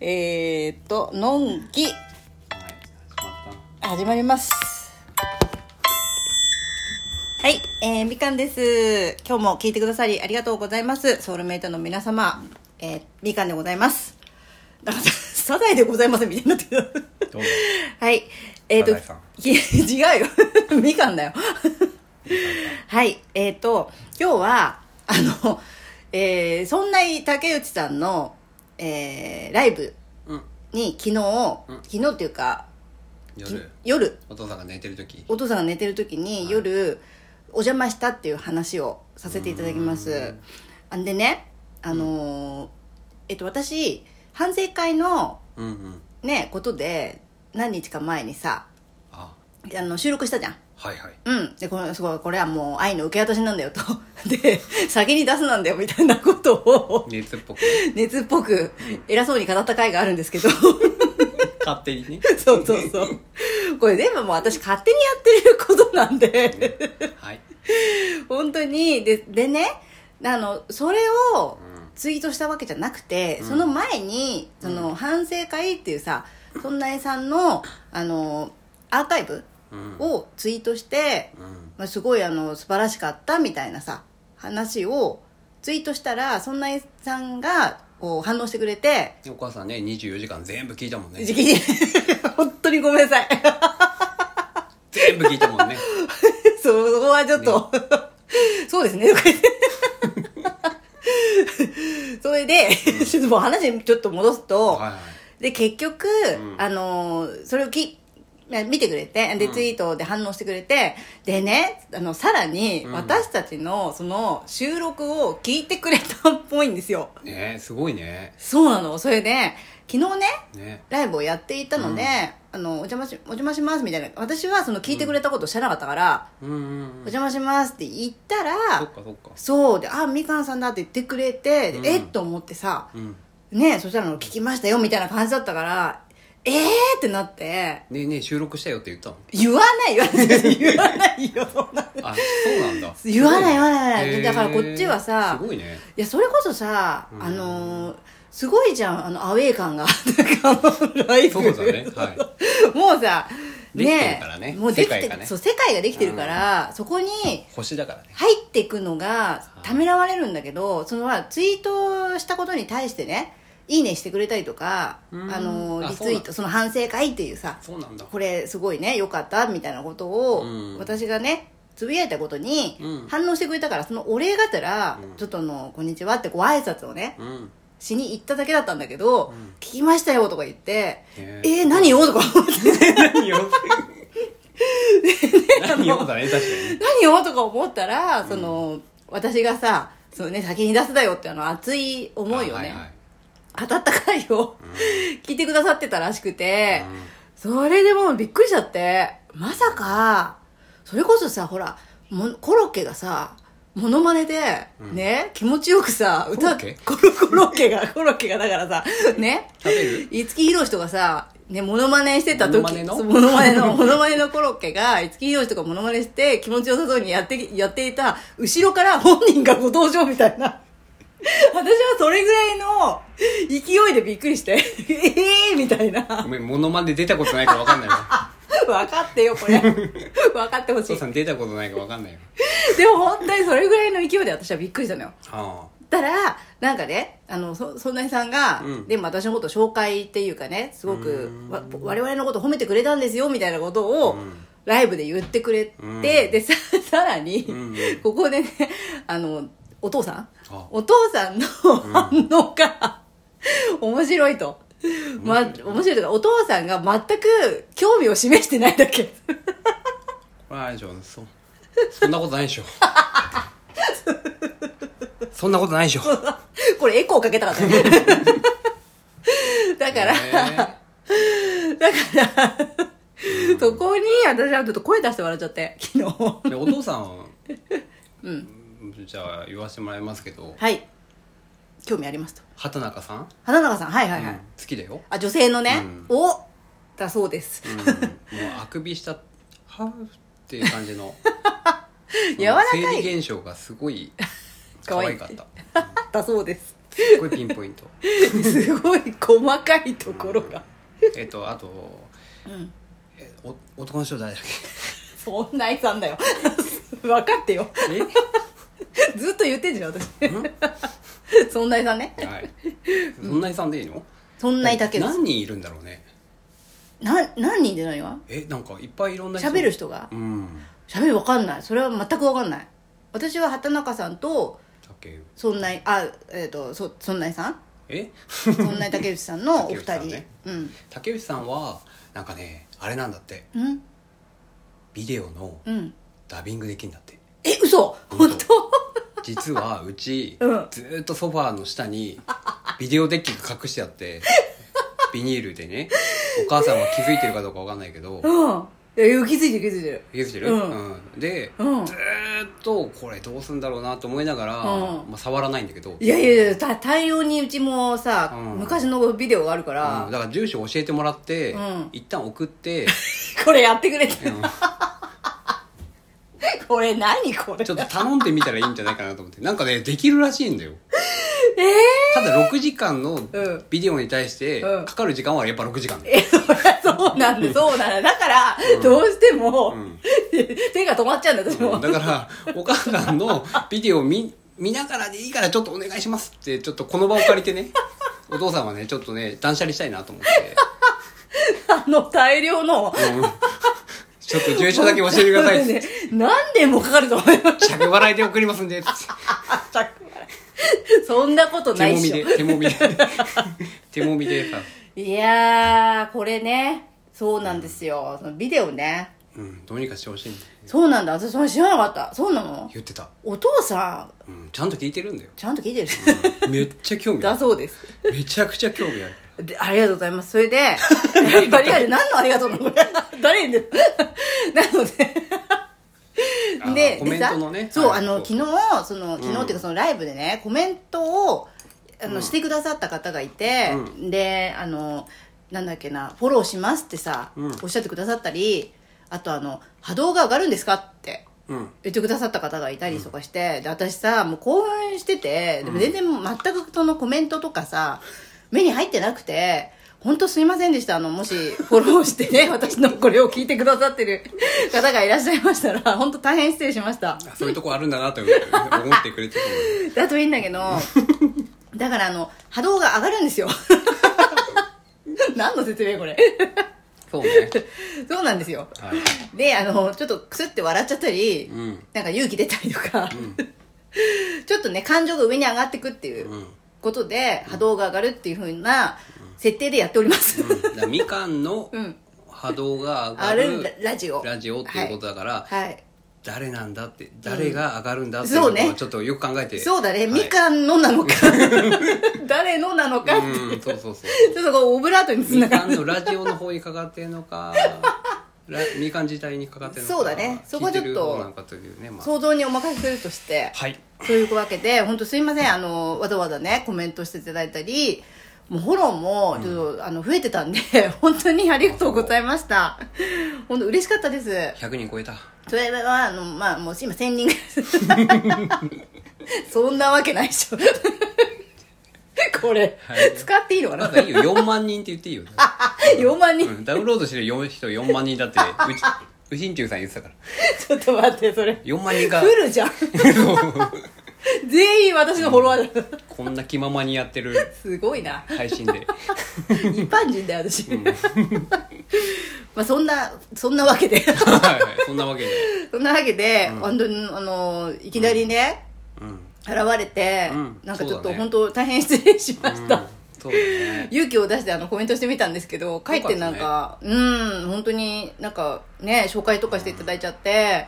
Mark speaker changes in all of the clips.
Speaker 1: えー、っと、のんき、
Speaker 2: はい始まっ
Speaker 1: 始まります。はい、えー、みかんです。今日も聞いてくださりありがとうございます。ソウルメイトの皆様、えー、みかんでございます。なんか、サザエでございませんみたいになってきた。
Speaker 2: たどうも
Speaker 1: はい。えっ、と
Speaker 2: サザエさん、
Speaker 1: いや違うよ。み かんだよ。はい。えっ、と、今日は、あの、えー、そんな竹内さんの、えー、ライブ
Speaker 2: うん
Speaker 1: に昨日、昨日っていうか、
Speaker 2: 夜
Speaker 1: 夜、
Speaker 2: お父さんが寝てる時
Speaker 1: お父さんが寝てる時に夜、お邪魔したっていう話をさせていただきます。あんでね、あのーえっ、と、私、反省会の
Speaker 2: うんうん
Speaker 1: ね、ことで、何日か前にさ、
Speaker 2: あ
Speaker 1: あの収録したじゃん
Speaker 2: はいはい
Speaker 1: うんでこれすごいこれはもう愛の受け渡しなんだよと で先に出すなんだよみたいなことを
Speaker 2: 熱っぽく
Speaker 1: 熱っぽく偉そうに語った回があるんですけど
Speaker 2: 勝手にね
Speaker 1: そうそうそうこれ全部もう私勝手にやってることなんで
Speaker 2: はい
Speaker 1: 本当にででねあのそれをツイートしたわけじゃなくて、その前にその反省会っていうさそんなえさんのあのアーカイブ
Speaker 2: うん
Speaker 1: をツイートして、
Speaker 2: うん
Speaker 1: まあ、すごいあの素晴らしかったみたいなさ話をツイートしたらそんなえさんがこう反応してくれて
Speaker 2: お母さんね24時間全部聞いたもんね
Speaker 1: 時期に 本当にごめんなさい
Speaker 2: 全部聞いた もんね
Speaker 1: そこはちょっと、そうです ねとか言ってそれで、ちょっともう話にちょっと戻すと、
Speaker 2: はいはい
Speaker 1: で結局、
Speaker 2: ん
Speaker 1: あのーそれをきまあ見てくれてで
Speaker 2: うん
Speaker 1: ツイートで反応してくれて、でねあのさらに
Speaker 2: うん
Speaker 1: 私たちのその収録を聞いてくれたっぽいんですよ
Speaker 2: ねすごいね
Speaker 1: そうなのそれで昨日ね
Speaker 2: ね
Speaker 1: ライブをやっていたので、あのお邪魔しお邪魔しますみたいな私はその聞いてくれたことを知らなかったから、
Speaker 2: うんうん
Speaker 1: お
Speaker 2: うん
Speaker 1: 邪魔しますって言ったら
Speaker 2: そっかそっか
Speaker 1: そうであみかんさんだって言ってくれて、で
Speaker 2: うん
Speaker 1: えっと思ってさ、
Speaker 2: うん
Speaker 1: ねそしたらあの聞きましたよみたいな感じだったからえーってなって
Speaker 2: ねえねえ収録したよって言ったの
Speaker 1: 言わない 言わない言わないよそんな
Speaker 2: あそうなんだ
Speaker 1: 言わない言わない言わない
Speaker 2: へえ
Speaker 1: だからこっちはさ
Speaker 2: すごいね
Speaker 1: いやそれこそさ、
Speaker 2: うん
Speaker 1: あのーすごいじゃんあのアウェー感がなんかあのライブ
Speaker 2: そうだねは
Speaker 1: もうさ
Speaker 2: できてるからね
Speaker 1: もうでき
Speaker 2: 世界
Speaker 1: て
Speaker 2: が
Speaker 1: る
Speaker 2: ね
Speaker 1: そう世界ができてるから、そこに
Speaker 2: い星だからね
Speaker 1: 入っていくのがためらわれるんだけどそのほらツイートしたことに対してねいいねしてくれたりとか、
Speaker 2: うん
Speaker 1: あのー
Speaker 2: あ
Speaker 1: リツイートその反省会っていうさ
Speaker 2: そうなんだ
Speaker 1: これすごいね良かったみたいなことを、
Speaker 2: うん
Speaker 1: 私がねつぶやいたことに
Speaker 2: うん
Speaker 1: 反応してくれたから、そのお礼がてら、
Speaker 2: うん
Speaker 1: ちょっとあの「こんにちは」ってご挨拶をね
Speaker 2: うん
Speaker 1: しに行っただけだったんだけど「
Speaker 2: ん
Speaker 1: 聞きましたよ」とか言って「
Speaker 2: ね
Speaker 1: えー、 何よ?」とか思って
Speaker 2: 何よ何よだね確か
Speaker 1: 「 何よ?」とか思ったらその、私がさそのね、先に出すだよってあの熱い思
Speaker 2: に
Speaker 1: いをね、
Speaker 2: あはいはい
Speaker 1: 当たった回を聞いてくださってたらしくて、
Speaker 2: うん
Speaker 1: それでもうびっくりしちゃってまさかそれこそさほらもコロッケがさモノマネで、ね気持ちよくさ歌
Speaker 2: コロッケ
Speaker 1: コロコロッケがコロッケがだからさね
Speaker 2: 食べる
Speaker 1: 五木ひろしとかさね、モノマネしてた時
Speaker 2: モノマネの
Speaker 1: そうモノマネの、モノマネのコロッケが、五木ひろしとかモノマネして、気持ちよさそうにやって、やっていた、後ろから本人がご登場みたいな。 私はそれぐらいの勢いでびっくりして、 ええーみたいな。
Speaker 2: ごめん、モノマネ出たことないから分かんないわ。
Speaker 1: 分かってよこれ分かってほし
Speaker 2: 父
Speaker 1: い
Speaker 2: さん出たことないから分かんないわ。
Speaker 1: でも本当にそれぐらいの勢いで私はびっくりしたのよ
Speaker 2: あ
Speaker 1: たらなんかねあのそそんなにさんが、
Speaker 2: うん
Speaker 1: でも私のことを紹介っていうかねすごくわ我々のこと褒めてくれたんですよみたいなことを、
Speaker 2: ん
Speaker 1: ライブで言ってくれて、
Speaker 2: うん
Speaker 1: でさ さらに、
Speaker 2: ん
Speaker 1: ここでねあのお父さん
Speaker 2: あ
Speaker 1: お父さんの反応が、面白いと。ま、面白いというか、お父さんが全く興味を示してないだけ。
Speaker 2: あ。これあれでしょ、そ、そんなことない でしょ。そんなことないでしょ。
Speaker 1: これエコーかけた かったねだから、
Speaker 2: ね
Speaker 1: そこに私はちょっと声出して笑っちゃって昨日
Speaker 2: えでお父さん、うん、じゃあ言わせてもらいますけど、
Speaker 1: はい興味ありますと
Speaker 2: 畑中さん、
Speaker 1: 花中さんはいはいはい、
Speaker 2: うん好きだよ。
Speaker 1: あ女性のね、
Speaker 2: うん
Speaker 1: おだそうです、
Speaker 2: うん、もうあくびした、はーっていう感じの。
Speaker 1: 柔らかい
Speaker 2: 生理現象がすごい可愛かった。
Speaker 1: だそうです
Speaker 2: っごいピンポイント
Speaker 1: すごい細かいところが
Speaker 2: えっとあと
Speaker 1: うん
Speaker 2: えお男の人誰だっ
Speaker 1: そんな愛さんだよ 分かってよ
Speaker 2: けえ
Speaker 1: ずっと言ってんじゃん私
Speaker 2: ん
Speaker 1: そんな愛さんね
Speaker 2: はい。そんなにさんでいいの？
Speaker 1: そんな愛だけです
Speaker 2: 何人いるんだろうね。
Speaker 1: な何人で何が
Speaker 2: え、なんかいっぱいいろんな
Speaker 1: 喋る。人が
Speaker 2: うん。
Speaker 1: 喋る分かんないそれは全く分かんない私は畑中さんと
Speaker 2: 竹内
Speaker 1: そんなあえっ、とそそんなさん
Speaker 2: え、
Speaker 1: そんな竹内さんのお二
Speaker 2: 竹
Speaker 1: 人、
Speaker 2: 内さんね
Speaker 1: うん
Speaker 2: 竹内さんはなんかね、あれなんだって。
Speaker 1: うん
Speaker 2: ビデオの
Speaker 1: うん
Speaker 2: ダビングできるんだって。
Speaker 1: え嘘本当
Speaker 2: 実はうち、
Speaker 1: うん
Speaker 2: ずーっとソファーの下にビデオデッキが隠してあって、ビニールでね。お母さんは気づいてるかどうかわかんないけど。
Speaker 1: うんいや気づいてる気づいてる
Speaker 2: 気づいてる？
Speaker 1: うん
Speaker 2: うんで。
Speaker 1: うん
Speaker 2: ずーっとこれどうすんだろうなと思いなが
Speaker 1: うん
Speaker 2: ら、まあ、触らないんだけど
Speaker 1: いやいやいやた対応にうちもさ、
Speaker 2: うん
Speaker 1: 昔のビデオがあるから、
Speaker 2: うんだから住所教えてもらって、
Speaker 1: うん
Speaker 2: 一旦送って、
Speaker 1: これやってくれって
Speaker 2: うん
Speaker 1: これ何これ
Speaker 2: ちょっと頼んでみたらいいんじゃないかなと思ってなんかねできるらしいんだよ
Speaker 1: ええ
Speaker 2: ただ6時間の
Speaker 1: ん
Speaker 2: ビデオに対して
Speaker 1: うん
Speaker 2: かかる時間はやっぱ6時間だよ
Speaker 1: えそりゃそうなんだそうなんだだから、どうしても、
Speaker 2: ん
Speaker 1: 手が止まっちゃうんだ私も、
Speaker 2: うんだからお母さんのビデオ見見ながらでいいからちょっとお願いしますってちょっとこの場を借りて ねお父さんはねちょっとね断捨離したいなと思って、
Speaker 1: あの大量の
Speaker 2: うんちょっと住所だけ教えてくださいっつって
Speaker 1: ね何年もかかると思います
Speaker 2: 着払いで送りますんでっつって
Speaker 1: そんなことない
Speaker 2: 手も
Speaker 1: っ
Speaker 2: み
Speaker 1: しょ
Speaker 2: で手もみで 手もみでさ
Speaker 1: いやーこれねそうなんですよそのビデオね
Speaker 2: うん、どうにかしてほしいんだよ
Speaker 1: そうなんだ私それ知らなかったそうなの
Speaker 2: 言ってた、
Speaker 1: お父さん
Speaker 2: うん、ちゃんと聞いてるんだよ
Speaker 1: ちゃんと聞いてる
Speaker 2: めっちゃ興味あ
Speaker 1: だそうです
Speaker 2: るめちゃくちゃ興味ある
Speaker 1: でありがとうございます。それで、 やっぱりあれ何のありがと うなの誰にでなの
Speaker 2: あ
Speaker 1: で、
Speaker 2: ー
Speaker 1: で、
Speaker 2: コメントのね
Speaker 1: でさそう、
Speaker 2: はい
Speaker 1: あの、
Speaker 2: そ
Speaker 1: 昨
Speaker 2: う
Speaker 1: 日、その、昨日っていう
Speaker 2: うん
Speaker 1: かそのライブでね、コメントを、あの、してくださった方がいて、
Speaker 2: う
Speaker 1: で、あの、なんだっけな、フォローしますってさ、
Speaker 2: うん
Speaker 1: おっしゃってくださったり、あとあの、波動が上がるんですかって。
Speaker 2: うん
Speaker 1: 言ってくださった方がいたりとかして、で私さもう興奮しててでも全然全くそのコメントとかさ目に入ってなくて本当すいませんでしたあのもしフォローして ね私のこれを聞いてくださってる 方がいらっしゃいましたら本当大変失礼しました
Speaker 2: あそういうとこあるんだなと思ってくれてる
Speaker 1: だといいんだ けどだからあの波動が上がるんですよ何の説明これ
Speaker 2: そうね、
Speaker 1: そうなんですよ
Speaker 2: はい、
Speaker 1: であのちょっとクスって笑っちゃったり、
Speaker 2: うん
Speaker 1: なんか勇気出たりとか、
Speaker 2: ん、
Speaker 1: ちょっとね感情が上に上がってくっていううんことで、波動が上がるっていうふうな設定でやっております、
Speaker 2: うん、だからみかんの
Speaker 1: うん
Speaker 2: 波動が上
Speaker 1: あ
Speaker 2: が
Speaker 1: る
Speaker 2: る
Speaker 1: ララジオ
Speaker 2: ラジオっていうことだから、
Speaker 1: はい、はい
Speaker 2: 誰なんだって誰が上がるんだってい
Speaker 1: そうう
Speaker 2: こと
Speaker 1: ね
Speaker 2: をちょっとよく考えて、
Speaker 1: そうだね、
Speaker 2: はい
Speaker 1: みかんのなのか 誰のなのかって、
Speaker 2: うんそうそうそう
Speaker 1: ちょっとこうオブラートにつな
Speaker 2: み
Speaker 1: が
Speaker 2: か
Speaker 1: る
Speaker 2: んのラジオの方にかかってんのか らみかん自体にかかってんのか
Speaker 1: そうだねそこはちょっと
Speaker 2: 聞いてる方なんかというね、まあ、
Speaker 1: 想像にお任せするとして
Speaker 2: はい
Speaker 1: というわけで本当すいませんあのわざわざねコメントしていただいたりもうフォローもちょっと、あの増えてたんで 本当にありがとうございました本当嬉しかったです
Speaker 2: 100人超えた
Speaker 1: それはあのまあもう今1000人ぐらい そんなわけないでしょ これ、
Speaker 2: はい
Speaker 1: 使っていいのか
Speaker 2: ま
Speaker 1: な
Speaker 2: だいいよ4万人って言っていいよ、
Speaker 1: 4万人、
Speaker 2: うんダウンロードしてる4人4万人だってうちうしんちゅうさん言ってたから
Speaker 1: ちょっと待ってそれ
Speaker 2: 4万人が
Speaker 1: フ ルじゃん全員私のフォロワーだ
Speaker 2: こんな気ままにやってる
Speaker 1: すごいな
Speaker 2: 配信で
Speaker 1: 一般人だよ私、 まあそんなそんなわけで
Speaker 2: はいはいそんなわけで
Speaker 1: そんなわけで、本当にあのいきなりね、
Speaker 2: うん
Speaker 1: 現れて、
Speaker 2: うん
Speaker 1: なんかちょっ
Speaker 2: そうだ
Speaker 1: と
Speaker 2: ね
Speaker 1: 本当大変失礼しました、
Speaker 2: そうだね
Speaker 1: 勇気を出してあのコメントしてみたんですけど書いてなんかうん本当になんかね紹介とかしていただいちゃって、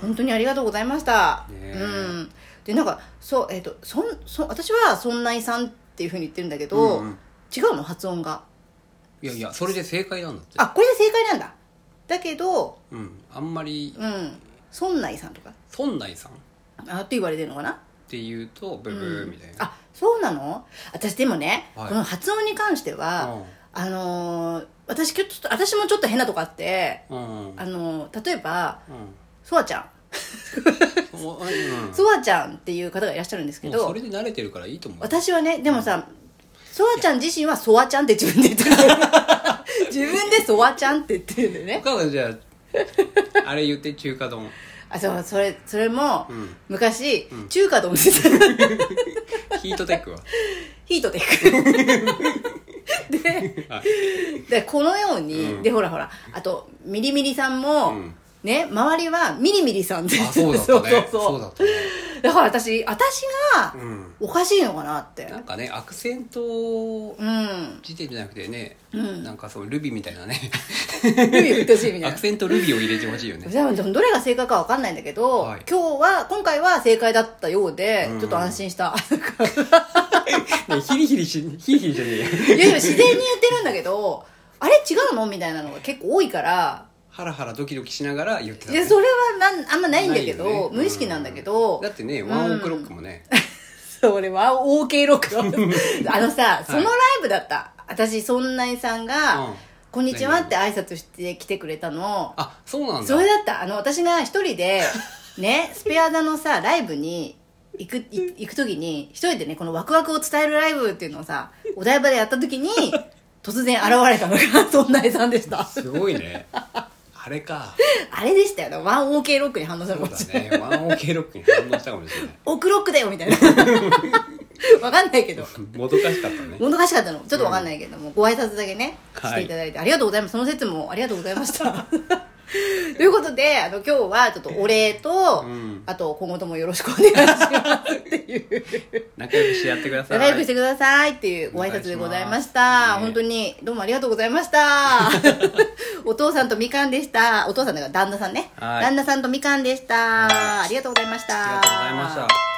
Speaker 1: 本当にありがとうございました、
Speaker 2: ねえ
Speaker 1: うんでなんかそうえっ、とそんそん私は「そんないさん」っていうふうに言ってるんだけど、
Speaker 2: うんうん
Speaker 1: 違うの発音が
Speaker 2: いやいやそれで正解なんだって
Speaker 1: あこれで正解なんだだけど
Speaker 2: うんあんまり
Speaker 1: うん村内さんとか
Speaker 2: 孫内さんっ
Speaker 1: あって言われてるのかな
Speaker 2: ていうとブブーみたいな、
Speaker 1: あそうなの私でもね、
Speaker 2: はい
Speaker 1: この発音に関しては、あのー私今日ちょっと私もちょっと変なとこあって、
Speaker 2: うんうん
Speaker 1: あのー例えば
Speaker 2: うん
Speaker 1: ソワちゃん
Speaker 2: おうん
Speaker 1: ソワちゃんっていう方がいらっしゃるんですけ
Speaker 2: もうそ
Speaker 1: ど
Speaker 2: れで慣れてるからいいと思う
Speaker 1: 私はねでもさソワちゃん自身はソワちゃんって自分で 言ってる自分でソワちゃんって言ってるんでね
Speaker 2: 他はじゃああれ言って中華丼
Speaker 1: あそうそれそれも、
Speaker 2: うん
Speaker 1: 昔、中華丼でした
Speaker 2: ヒートテッ クは
Speaker 1: ヒートテ ックで
Speaker 2: はい
Speaker 1: でこのように、
Speaker 2: うん
Speaker 1: でほらほらあとミリミリさんも、
Speaker 2: うん
Speaker 1: ね周りはミリミリさんって
Speaker 2: あそうだったね
Speaker 1: そうそうそう
Speaker 2: だったね
Speaker 1: だから私私が
Speaker 2: うん
Speaker 1: おかしいのかなって
Speaker 2: なんかねアクセント
Speaker 1: うん
Speaker 2: 時点じゃなくてね、
Speaker 1: うん
Speaker 2: なんかそのルビーみたいなね
Speaker 1: ルビー太しいみたい
Speaker 2: ア
Speaker 1: な
Speaker 2: クセントルビーを入れてほしいよね
Speaker 1: でもどれが正解かわかんないんだけど、
Speaker 2: はい
Speaker 1: 今日は今回は正解だったようで、
Speaker 2: うん
Speaker 1: ちょっと安心した
Speaker 2: ねヒリヒリしヒリヒリじゃねえよ
Speaker 1: いやいや自然に言ってるんだけどあれ違うのみたいなのが結構多いから
Speaker 2: ハラハラドキドキしながら言ってた
Speaker 1: い
Speaker 2: ね、
Speaker 1: やそれはなんあんまないんだけど、
Speaker 2: ないよね
Speaker 1: 無意識なんだけど、
Speaker 2: だってねワンオクロックもね、
Speaker 1: それは OK ロック あのさそのライブだった、私そんないさんが、
Speaker 2: うん
Speaker 1: こんにちは」って挨拶して来てくれたの
Speaker 2: あそうなんだ
Speaker 1: それだったあの私が一人 でねスペア座のさライブに行くい行く時に一人でねこのワクワクを伝えるライブっていうのをさお台場でやった 時に突然現れたのがそんないさんでした
Speaker 2: すごいねあれか
Speaker 1: あれでしたよねワン OK ロックに反応した
Speaker 2: そ
Speaker 1: の
Speaker 2: う
Speaker 1: かも
Speaker 2: だ
Speaker 1: しれない
Speaker 2: ねワンオケロックに反応したかもしれない
Speaker 1: オクロックだよみたいな わかんないけど
Speaker 2: もどかしかったね
Speaker 1: もどかしかったのちょっとわかんないけども、ご挨拶だけね
Speaker 2: はい
Speaker 1: していただいて、ありがとうございますその説もありがとうございました ということであの今日はちょっとお礼と、
Speaker 2: うん
Speaker 1: あと今後ともよろしくお願いし ますっていう
Speaker 2: 仲良くしてやってください
Speaker 1: ライブしてくださいっていうご挨拶でございました
Speaker 2: お願いしますね
Speaker 1: 本当にどうもありがとうございました お父さんとみかんでしたお父さんだから旦那さんね
Speaker 2: はい
Speaker 1: 旦那さんとみかんでした
Speaker 2: はい
Speaker 1: ありがとうございました
Speaker 2: ありがとうございました